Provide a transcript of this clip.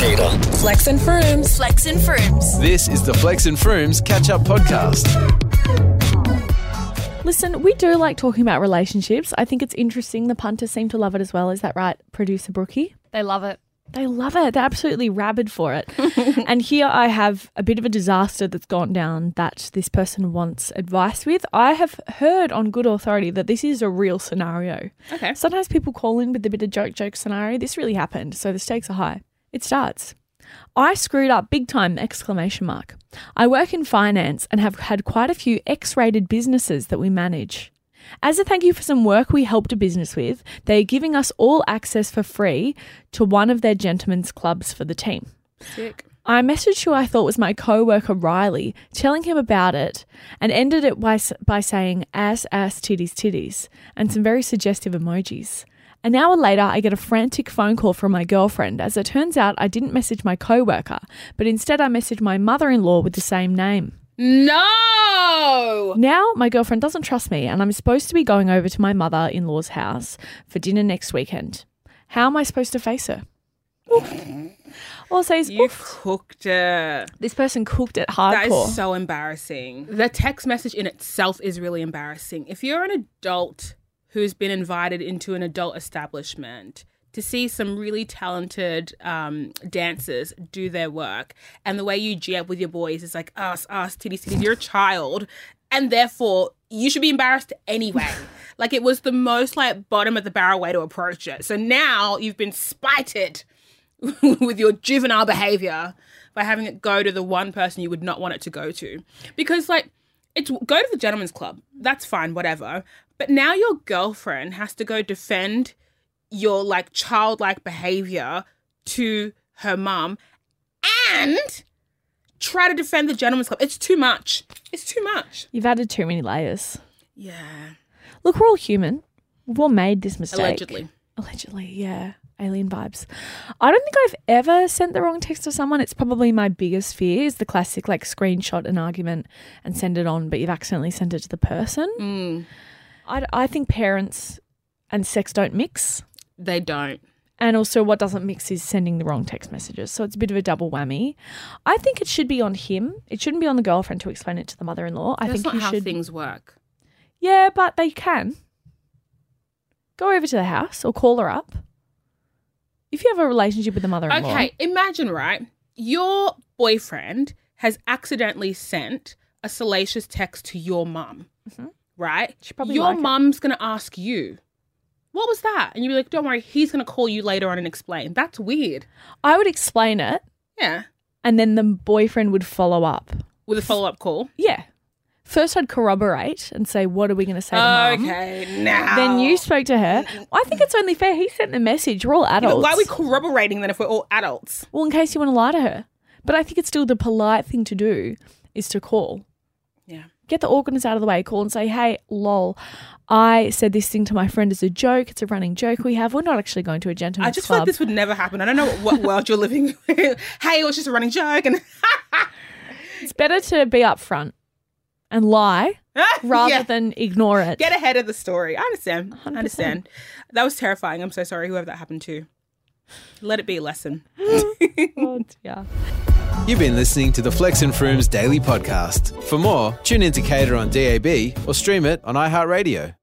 later. Flex and Frooms. Flex and Frooms. This is the Flex and Frooms Catch Up Podcast. Listen, we do like talking about relationships. I think it's interesting. The punters seem to love it as well. Is that right, producer Brookie? They love it. They love it. They're absolutely rabid for it. and here I have a bit of a disaster that's gone down that this person wants advice with. I have heard on good authority that this is a real scenario. Okay. Sometimes people call in with a bit of joke joke scenario. This really happened, so the stakes are high. It starts. I screwed up big time exclamation mark. I work in finance and have had quite a few X-rated businesses that we manage. As a thank you for some work we helped a business with, they are giving us all access for free to one of their gentlemen's clubs for the team. Sick. I messaged who I thought was my co-worker Riley, telling him about it, and ended it by, s- by saying ass, ass, titties, titties, and some very suggestive emojis. An hour later, I get a frantic phone call from my girlfriend. As it turns out, I didn't message my co-worker, but instead I messaged my mother-in-law with the same name. No. Now, my girlfriend doesn't trust me, and I'm supposed to be going over to my mother in law's house for dinner next weekend. How am I supposed to face her? Oof. All I say is, You Oof. cooked it. this person cooked it That is hardcore. so embarrassing. The text message in itself is really embarrassing. If you're an adult who's been invited into an adult establishment to see some really talented um, dancers do their work, and the way you jab with your boys is like us, us, titties, titties, you're a child, and therefore you should be embarrassed anyway. like it was the most like bottom of the barrel way to approach it. So now you've been spited with your juvenile behavior by having it go to the one person you would not want it to go to. Because, like, it's go to the gentleman's club. That's fine, whatever. But now your girlfriend has to go defend your like childlike behavior to her mum and try to defend the gentleman's club. It's too much. It's too much. You've added too many layers. Yeah. Look, we're all human. We've all made this mistake. Allegedly. Allegedly, yeah. Alien vibes. I don't think I've ever sent the wrong text to someone. It's probably my biggest fear is the classic like screenshot an argument and send it on, but you've accidentally sent it to the person. Mm, I, I think parents and sex don't mix. they don't. And also, what doesn't mix is sending the wrong text messages. So it's a bit of a double whammy. I think it should be on him. It shouldn't be on the girlfriend to explain it to the mother in law. I That's think not you how should. things work. Yeah, but they can. Go over to the house or call her up. If you have a relationship with the mother in law. Okay, imagine, right? Your boyfriend has accidentally sent a salacious text to your mum, right? Mm-hmm. She probably your like it. mum's going to ask you, what was that? And you'd be like, don't worry, he's going to call you later on and explain. That's weird. I would explain it Yeah. and then the boyfriend would follow up. With a follow up call. Yeah. First, I'd corroborate and say, what are we going to say to mum? Okay, now. Then you spoke to her. I think it's only fair. He sent the message. We're all But adults. Why are we corroborating then if we're all adults? well, in case you want to lie to her. But I think it's still the polite thing to do is to call. Yeah. Get the awkwardness out of the way. Call and say, hey, lol, I said this thing to my friend as a joke. It's a running joke we have. We're not actually going to a gentleman's I just feel club. like this would never happen. I don't know what world you're living in. hey, it was just a running joke. And it's better to be upfront and lie rather Yeah. than ignore it. Get ahead of the story. I understand. I understand. That was terrifying. I'm so sorry, whoever that happened to. Let it be a lesson. yeah. You've been listening to the Flex and Frooms Daily Podcast. For more, tune into Cater on DAB or stream it on iHeartRadio.